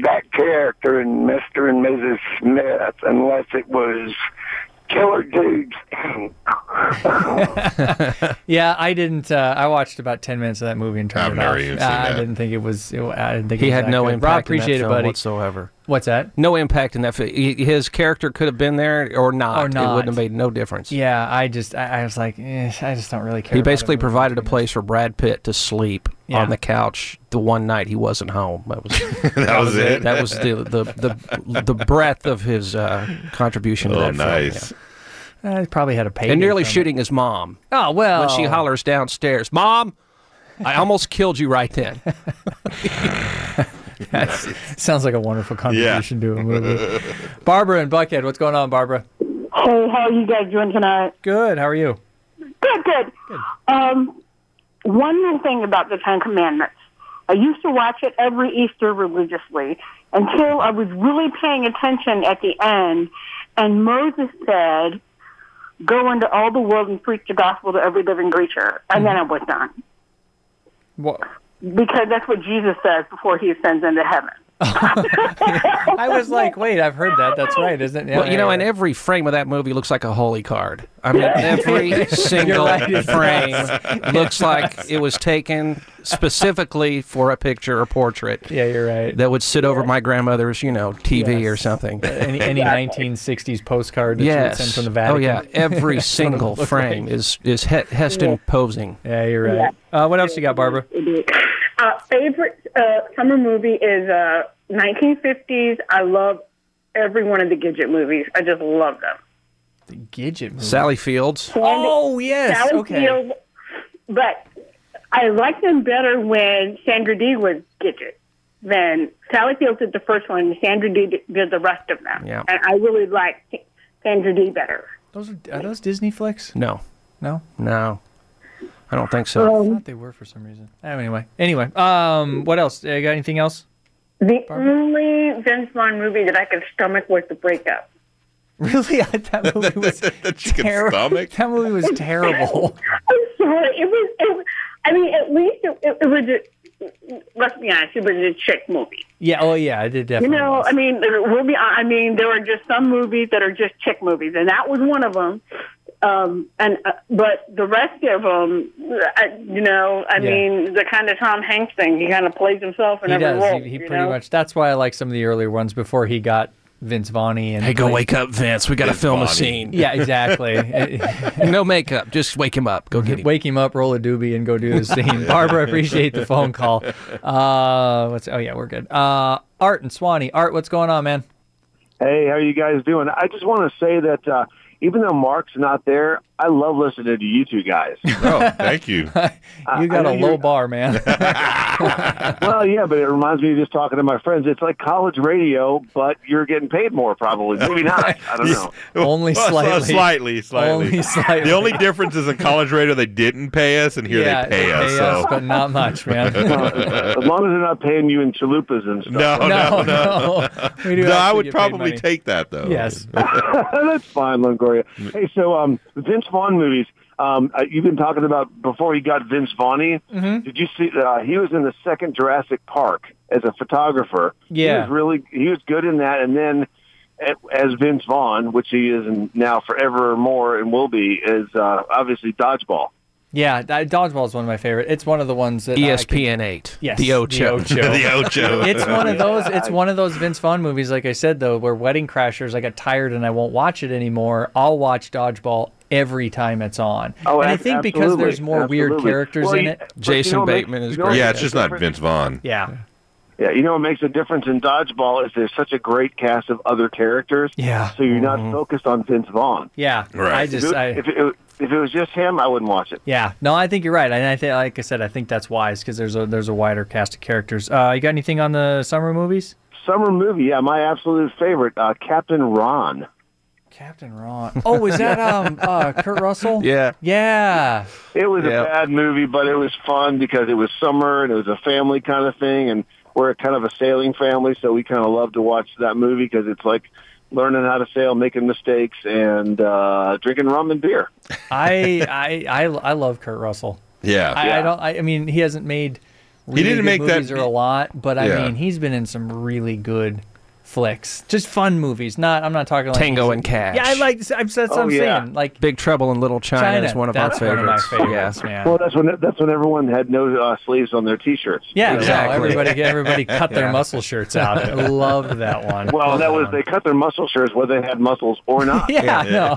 Speaker 19: that character in Mr. and Mrs. Smith unless it was Killer Dudes Inc.
Speaker 8: yeah, I didn't. Uh, I watched about ten minutes of that movie and turned
Speaker 10: I've
Speaker 8: it
Speaker 10: never
Speaker 8: off.
Speaker 10: even
Speaker 8: Uh,
Speaker 10: seen
Speaker 8: I
Speaker 10: that.
Speaker 8: didn't think it was. It, I didn't think
Speaker 10: He
Speaker 8: it was
Speaker 10: had
Speaker 8: that
Speaker 10: no
Speaker 8: good.
Speaker 10: impact
Speaker 8: Rob,
Speaker 10: in
Speaker 8: appreciate
Speaker 10: that
Speaker 8: it,
Speaker 10: film
Speaker 8: buddy.
Speaker 10: whatsoever.
Speaker 8: What's that?
Speaker 10: No impact in that. fi- he- His character could have been there or not.
Speaker 8: Or
Speaker 10: It
Speaker 8: not.
Speaker 10: wouldn't have made no difference.
Speaker 8: Yeah, I just. I, I was like, eh, I just don't really care.
Speaker 10: He
Speaker 8: about it.
Speaker 10: basically provided a place for Brad Pitt to sleep
Speaker 8: Yeah.
Speaker 10: on the couch the one night he wasn't home. That was that,
Speaker 9: was it?
Speaker 10: That was the the the, the breadth of his uh, contribution. to
Speaker 9: Oh,
Speaker 10: that film,
Speaker 9: nice.
Speaker 8: Uh, he probably had a
Speaker 10: yeah.
Speaker 8: pay.
Speaker 10: And nearly shooting his mom.
Speaker 8: Oh well.
Speaker 10: When she hollers downstairs, "Mom, I almost killed you right then."
Speaker 8: That's- sounds like a wonderful contribution to a movie. Barbara and Buckhead, what's going on, Barbara?
Speaker 20: Hey, how are you guys doing tonight?
Speaker 8: Good. How are you?
Speaker 20: Good, good. Um, one more thing about the Ten Commandments. I used to watch it every Easter religiously until I was really paying attention at the end, and Moses said, "Go into all the world and preach the gospel to every living creature," and then I was done
Speaker 8: What?
Speaker 20: because that's what Jesus says before he ascends into heaven.
Speaker 8: I was like, wait, I've heard that. That's right, isn't it? Yeah,
Speaker 10: well, you know,
Speaker 8: yeah,
Speaker 10: and every frame of that movie looks like a holy card. I mean, every
Speaker 8: You're
Speaker 10: single
Speaker 8: right, it
Speaker 10: frame
Speaker 8: does.
Speaker 10: looks
Speaker 8: It
Speaker 10: like
Speaker 8: does.
Speaker 10: it was taken specifically for a picture or portrait.
Speaker 8: Yeah, you're right.
Speaker 10: That would sit over my grandmother's, you know, TV or something.
Speaker 8: yeah. any, any 1960s postcard that
Speaker 10: yes.
Speaker 8: you would send from the Vatican.
Speaker 10: Oh yeah, every
Speaker 8: That's what it
Speaker 10: single
Speaker 8: looked like.
Speaker 10: frame is is he- Heston
Speaker 20: Yeah.
Speaker 10: posing.
Speaker 8: Yeah, you're right. Uh, what else you got, Barbara?
Speaker 20: Uh, favorite uh, summer movie is uh, 1950s. I love every one of the Gidget movies. I just love them.
Speaker 8: Gidget movie.
Speaker 10: Sally Fields.
Speaker 8: Oh yes,
Speaker 20: Sally
Speaker 8: okay.
Speaker 20: Field, but I like them better when Sandra Dee was Gidget. Then Sally Field did the first one. and Sandra Dee did- did the rest of them.
Speaker 10: Yeah.
Speaker 20: And I really like Sandra Dee better.
Speaker 8: Those are, are those Disney flicks?
Speaker 10: No.
Speaker 8: No.
Speaker 10: No. I don't think so.
Speaker 8: I thought they were for some reason. Oh, anyway, anyway, um, what else? Uh, got anything else?
Speaker 20: The only Vince Vaughn movie that I could stomach was The Breakup.
Speaker 8: Really, I, that movie was terrible. That movie was terrible.
Speaker 20: I'm sorry. It was. It, was- I mean, at least it, it, it was. A, let's be honest. It was a chick movie.
Speaker 8: Yeah. Oh yeah, I did definitely.
Speaker 20: you know, I mean, there- we'll be. I mean, there are just some movies that are just chick movies, and that was one of them. Um, and uh, but the rest of them, I, you know, I
Speaker 8: Yeah.
Speaker 20: mean, the kind of Tom Hanks thing. He kind of plays himself in
Speaker 8: he
Speaker 20: every
Speaker 8: does.
Speaker 20: role.
Speaker 8: he he
Speaker 20: you
Speaker 8: pretty
Speaker 20: know?
Speaker 8: much. That's why I like some of the earlier ones before he got Vince Vonnie and.
Speaker 10: Hey, go wake up, Vince. We got to film a
Speaker 8: Bonnie.
Speaker 10: scene.
Speaker 8: Yeah, exactly.
Speaker 10: no makeup. Just wake him up. Go get him.
Speaker 8: Wake him up, roll a doobie, and go do the scene. Barbara, appreciate the phone call. Uh, what's? Oh yeah, we're good. Uh, Art and Swanee. Art, what's going on, man?
Speaker 21: Hey, how you guys doing? I just want to say that uh, even though Mark's not there, I love listening to you two guys.
Speaker 9: Oh, thank you.
Speaker 8: You got
Speaker 21: a
Speaker 8: a low bar, man.
Speaker 21: well, yeah, but it reminds me of just talking to my friends. It's like college radio, but you're getting paid more, probably. Maybe not. I don't know.
Speaker 8: Only
Speaker 9: Well, so-
Speaker 8: slightly.
Speaker 9: slightly, slightly.
Speaker 8: Only slightly.
Speaker 9: The only difference is in college radio they didn't pay us, and here
Speaker 8: Yeah,
Speaker 9: they pay
Speaker 8: they
Speaker 9: us.
Speaker 8: pay
Speaker 9: so.
Speaker 8: us, but not much, man.
Speaker 21: As long as they're not paying you in chalupas and stuff.
Speaker 9: No, no, no.
Speaker 8: We do
Speaker 9: No, I
Speaker 21: actually
Speaker 9: would
Speaker 21: get paid
Speaker 9: probably
Speaker 21: money.
Speaker 9: take that though.
Speaker 21: Yes. That's fine, Longoria. Hey, so um, Vince Vaughn movies. Um, uh, you've been talking about before he got Vince Vaughn.
Speaker 8: Mhm.
Speaker 21: Did you see? Uh, he was in the second Jurassic Park as a photographer.
Speaker 8: Yeah.
Speaker 21: he was really he was good in that. And then a- as Vince Vaughn, which he is in now forevermore and will be, is uh, obviously Dodgeball.
Speaker 8: Yeah, that- dodgeball is one of my favorite. It's one of the ones that I
Speaker 10: ESPN
Speaker 8: could-
Speaker 10: eight.
Speaker 8: Yes,
Speaker 10: The Ocho. The Ocho.
Speaker 8: It's one of those. It's
Speaker 10: Yeah.
Speaker 8: one of those Vince Vaughn movies. Like I said though, where Wedding Crashers, I got tired and I won't watch it anymore. I'll watch dodgeball every time it's on. and I
Speaker 21: Oh, ab-
Speaker 8: think because there's
Speaker 21: absolutely,
Speaker 8: more weird
Speaker 21: absolutely.
Speaker 8: characters
Speaker 21: Well,
Speaker 8: in
Speaker 21: you-
Speaker 8: it.
Speaker 21: but you know what makes- you know what
Speaker 9: Yeah,
Speaker 21: makes
Speaker 9: it's
Speaker 21: a
Speaker 9: just not
Speaker 21: difference?
Speaker 9: Vince Vaughn.
Speaker 8: Yeah.
Speaker 21: Yeah, you know what makes a difference in dodgeball is there's such a great cast of other characters.
Speaker 8: Yeah. Mm-hmm.
Speaker 21: So you're not focused on Vince Vaughn.
Speaker 8: Yeah. I
Speaker 21: if
Speaker 8: just.
Speaker 21: it,
Speaker 8: I,
Speaker 21: if, it, if it was just him, I wouldn't watch it.
Speaker 8: yeah. No, I think you're right. And I think, like I said, I think that's wise because there's a there's a wider cast of characters. Uh, you got anything on the summer movies?
Speaker 21: Summer movie, yeah, my absolute favorite, uh, Captain Ron.
Speaker 8: Captain Ron. Oh, is that um uh, Kurt Russell?
Speaker 21: Yeah.
Speaker 8: Yeah.
Speaker 21: It was
Speaker 8: Yeah.
Speaker 21: a bad movie, but it was fun because it was summer and it was a family kind of thing, and we're kind of a sailing family, so we kind of love to watch that movie because it's like learning how to fail, making mistakes, and uh, drinking rum and beer.
Speaker 8: I, I I I love Kurt Russell.
Speaker 9: Yeah.
Speaker 8: I, I don't. I, I mean, he hasn't made. Really
Speaker 9: didn't
Speaker 8: good
Speaker 9: make that-
Speaker 8: movies or a lot, but I
Speaker 9: Yeah.
Speaker 8: mean, he's been in some really good flicks, just fun movies. Not I'm not talking like
Speaker 10: Tango and Cash.
Speaker 8: Yeah, I like. I'm, that's
Speaker 21: Oh,
Speaker 8: what I'm saying. Like
Speaker 10: Big Trouble in Little China,
Speaker 8: China,
Speaker 10: is one of
Speaker 8: that's
Speaker 10: our
Speaker 8: one of my
Speaker 10: favorites.
Speaker 8: favorites,
Speaker 10: yeah.
Speaker 8: man.
Speaker 21: Well, that's when that's when everyone had no uh, sleeves on their T-shirts.
Speaker 8: Yeah, no, everybody- everybody cut their muscle shirts out. I loved that one.
Speaker 21: Well,
Speaker 8: Loved
Speaker 21: that
Speaker 8: that
Speaker 21: was
Speaker 8: one.
Speaker 21: they cut their muscle shirts whether they had muscles or not.
Speaker 8: yeah, no.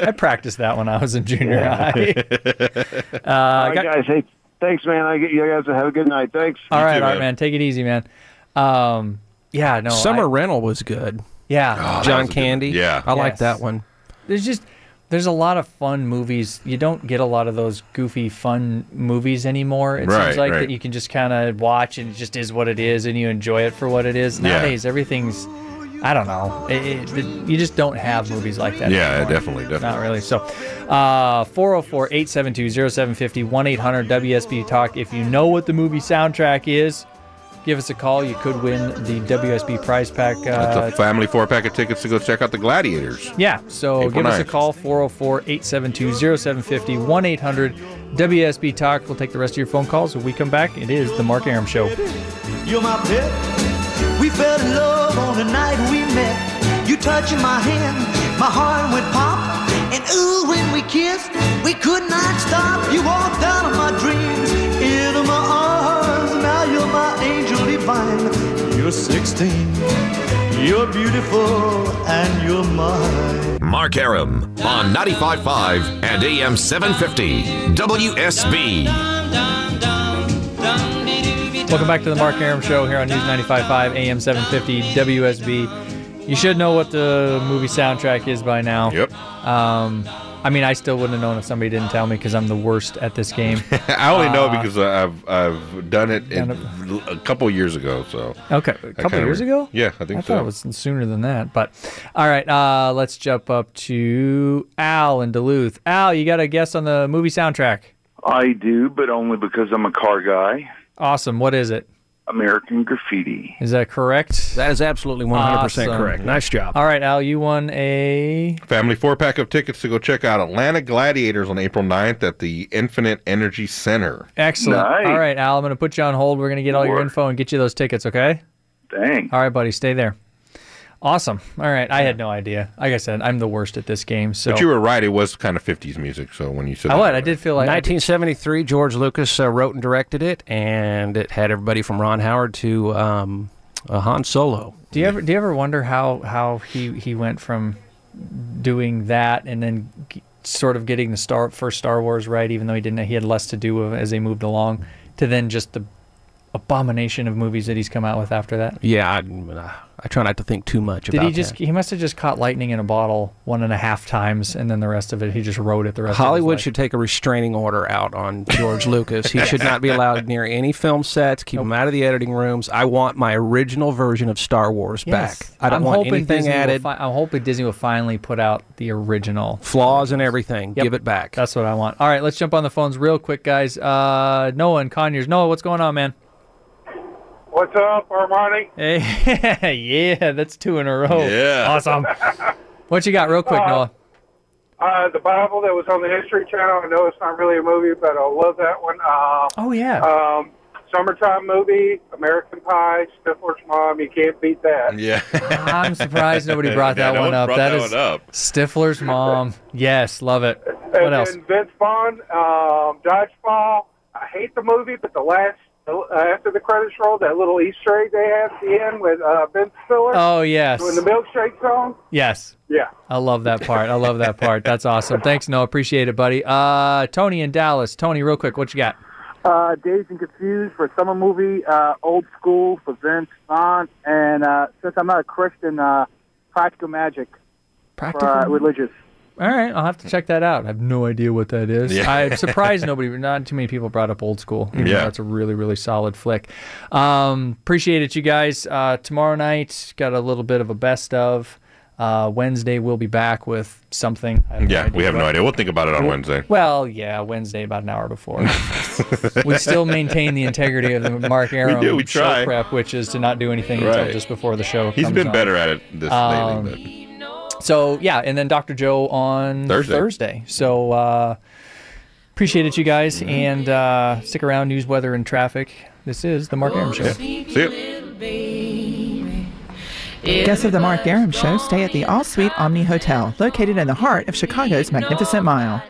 Speaker 8: I practiced that when I was in junior
Speaker 21: Yeah.
Speaker 8: high. Uh,
Speaker 21: All right, guys. Hey, thanks, man. I get you guys have a good night. Thanks.
Speaker 8: all right, Art, man. Take it easy, man. Um, yeah, no.
Speaker 10: Summer
Speaker 8: I,
Speaker 10: Rental was good.
Speaker 8: yeah.
Speaker 10: John Candy. yeah. I like
Speaker 8: Yes.
Speaker 10: that one.
Speaker 8: There's just there's a lot of fun movies. You don't get a lot of those goofy fun movies anymore. It
Speaker 10: Right,
Speaker 8: seems like
Speaker 10: right.
Speaker 8: that you can just kind of watch and it just is what it is, and you enjoy it for what it is.
Speaker 9: Yeah.
Speaker 8: Nowadays, everything's I don't know. It- it- you just don't have movies like that.
Speaker 9: Yeah,
Speaker 8: anymore.
Speaker 9: definitely, definitely.
Speaker 8: Not really. So, uh, 404 872 0750 1 800 WSB Talk. If you know what the movie soundtrack is, give us a call. You could win the WSB prize pack. Uh,
Speaker 9: That's a family four pack of tickets to go check out the Gladiators.
Speaker 8: yeah, so
Speaker 9: April
Speaker 8: give us a
Speaker 9: 9th.
Speaker 8: call 404 872 0750 1 800 WSB Talk. We'll take the rest of your phone calls when we come back. It is The Mark Aram Show.
Speaker 4: You're my pet. We fell in love on the night we met. You touching my hand, my heart went pop. And ooh, when we kissed, we could not stop. You walked out of my dreams, into my arms. Now you're my angel divine. You're 16, you're beautiful, and you're mine.
Speaker 14: Mark Aram on 95.5 and AM 750 WSB.
Speaker 8: Welcome back to The Mark Aram Show here on News 95.5 AM 750 WSB. You should know what the movie soundtrack is by now. Yep. Um, I mean, I still wouldn't have known if somebody didn't tell me because I'm the worst at this game.
Speaker 9: I only know
Speaker 8: Uh,
Speaker 9: because I- I've I've done it, in, a couple years ago. So
Speaker 8: Okay,
Speaker 9: I
Speaker 8: a couple
Speaker 9: kinda
Speaker 8: years
Speaker 9: re-
Speaker 8: ago.
Speaker 9: Yeah, I think
Speaker 8: I
Speaker 9: so.
Speaker 8: thought it was sooner than that, but all right. Uh, let's jump up to Al in Duluth. Al, you got a guess on the movie soundtrack?
Speaker 22: I do, but only because I'm a car guy.
Speaker 8: Awesome. What is it?
Speaker 22: American graffiti.
Speaker 8: Is that correct?
Speaker 10: That is absolutely
Speaker 9: 100% correct. Nice
Speaker 10: job.
Speaker 8: All right, Al, you won a.
Speaker 9: Family four pack of tickets to go check out Atlanta Gladiators on April 9th at the Infinite Energy Center.
Speaker 8: Excellent.
Speaker 9: Nice.
Speaker 8: All right, Al, I'm going to put you on hold. We're going to get all your
Speaker 9: Work.
Speaker 8: info and get you those tickets, okay?
Speaker 22: Dang.
Speaker 8: All right, buddy, stay there. Awesome. All right, I had no idea. Like I said, I'm the worst at this game. So
Speaker 9: But you were right; it was kind of 50s music. So when you said
Speaker 8: I
Speaker 9: that,
Speaker 8: would. I did feel like
Speaker 10: 1973, George Lucas uh, wrote and directed it, and it had everybody from Ron Howard to um, uh, Han Solo.
Speaker 8: Do you ever do you ever wonder how how he he went from doing that and then g- sort of getting the star first Star Wars right, even though he didn't he had less to do as they moved along, to then just the abomination of movies that he's come out with after that.
Speaker 10: Yeah, I, uh, I try not to think too much
Speaker 8: Did
Speaker 10: about
Speaker 8: he just? He must have just caught lightning in a bottle one and a half times, and then the rest of it he just wrote it. The
Speaker 10: that.
Speaker 8: rest.
Speaker 10: Hollywood should take a restraining order out on George Lucas. He should not be allowed near any film sets. Keep him out of the editing rooms. I want my original version of Star Wars back. I don't
Speaker 8: am
Speaker 10: want
Speaker 8: hoping
Speaker 10: anything
Speaker 8: Disney will
Speaker 10: added.
Speaker 8: fi- I'm hoping Disney will finally put out the original
Speaker 10: flaws and everything. Give it back.
Speaker 8: That's what I want. All right, let's jump on the phones real quick, guys. Uh, Noah and Conyers. Noah, what's going on, man?
Speaker 23: What's up, Armani?
Speaker 8: Hey, yeah, that's two in a row.
Speaker 23: Yeah.
Speaker 8: Awesome. What you got, real quick, Noah?
Speaker 23: Uh, the Bible that was on the History Channel. I know it's not really a movie, but I love that one. Uh,
Speaker 8: Oh, yeah.
Speaker 23: Um, summertime movie, American Pie, Stifler's Mom. You can't beat that.
Speaker 9: Yeah.
Speaker 8: I'm surprised nobody brought
Speaker 23: Yeah,
Speaker 8: that
Speaker 23: no
Speaker 8: one
Speaker 23: one
Speaker 8: up.
Speaker 23: brought
Speaker 8: That
Speaker 23: that
Speaker 8: is
Speaker 23: one up.
Speaker 8: Stifler's mom. Yes, love it. What
Speaker 23: and
Speaker 8: else?
Speaker 23: then Vince Vaughn, um, Dodgeball. I hate the movie, but the last uh, after the credits roll, that little Easter egg they had at the end with uh, Ben Stiller.
Speaker 8: Oh, yes.
Speaker 23: doing the milkshake song.
Speaker 8: Yes.
Speaker 23: Yeah.
Speaker 8: I love that part. I love that part. That's awesome. Thanks, Noah. Appreciate it, buddy. Uh, Tony in Dallas. Tony, real quick, what you got?
Speaker 24: Uh, Dazed and Confused for summer movie, uh, old school for Vince Vaughn, and uh, since I'm not a Christian, uh, Practical Magic.
Speaker 8: Practical?
Speaker 24: For, uh, religious.
Speaker 8: All right, I'll have to check that out. I have no idea what that is.
Speaker 24: Yeah.
Speaker 8: I'm surprised nobody, not too many people brought up Old School. even though
Speaker 9: Yeah.
Speaker 8: that's a really, really solid flick. Um, appreciate it, you guys. Uh, tomorrow night, got a little bit of a best of. Uh, Wednesday we'll be back with something. I have no
Speaker 9: Yeah, we have no
Speaker 8: what-
Speaker 9: idea. We'll think about it on Wednesday.
Speaker 8: Well, yeah, Wednesday about an hour before. we still maintain the integrity of the Mark
Speaker 9: We
Speaker 8: Aram
Speaker 9: do, we
Speaker 8: show
Speaker 9: try.
Speaker 8: prep, which is to not do anything
Speaker 9: Right.
Speaker 8: until just before the show.
Speaker 9: He's
Speaker 8: comes
Speaker 9: been
Speaker 8: on.
Speaker 9: better at it this
Speaker 8: Um,
Speaker 9: lately. But.
Speaker 8: So yeah, and then Dr. Joe on
Speaker 9: Thursday.
Speaker 8: So uh, appreciate it, you guys, and uh, stick around. News, weather, and traffic. This is the Mark Aram Show.
Speaker 17: Guests of the Mark Aram Show stay at the All Suite Omni Hotel, located in the heart of Chicago's Magnificent Mile.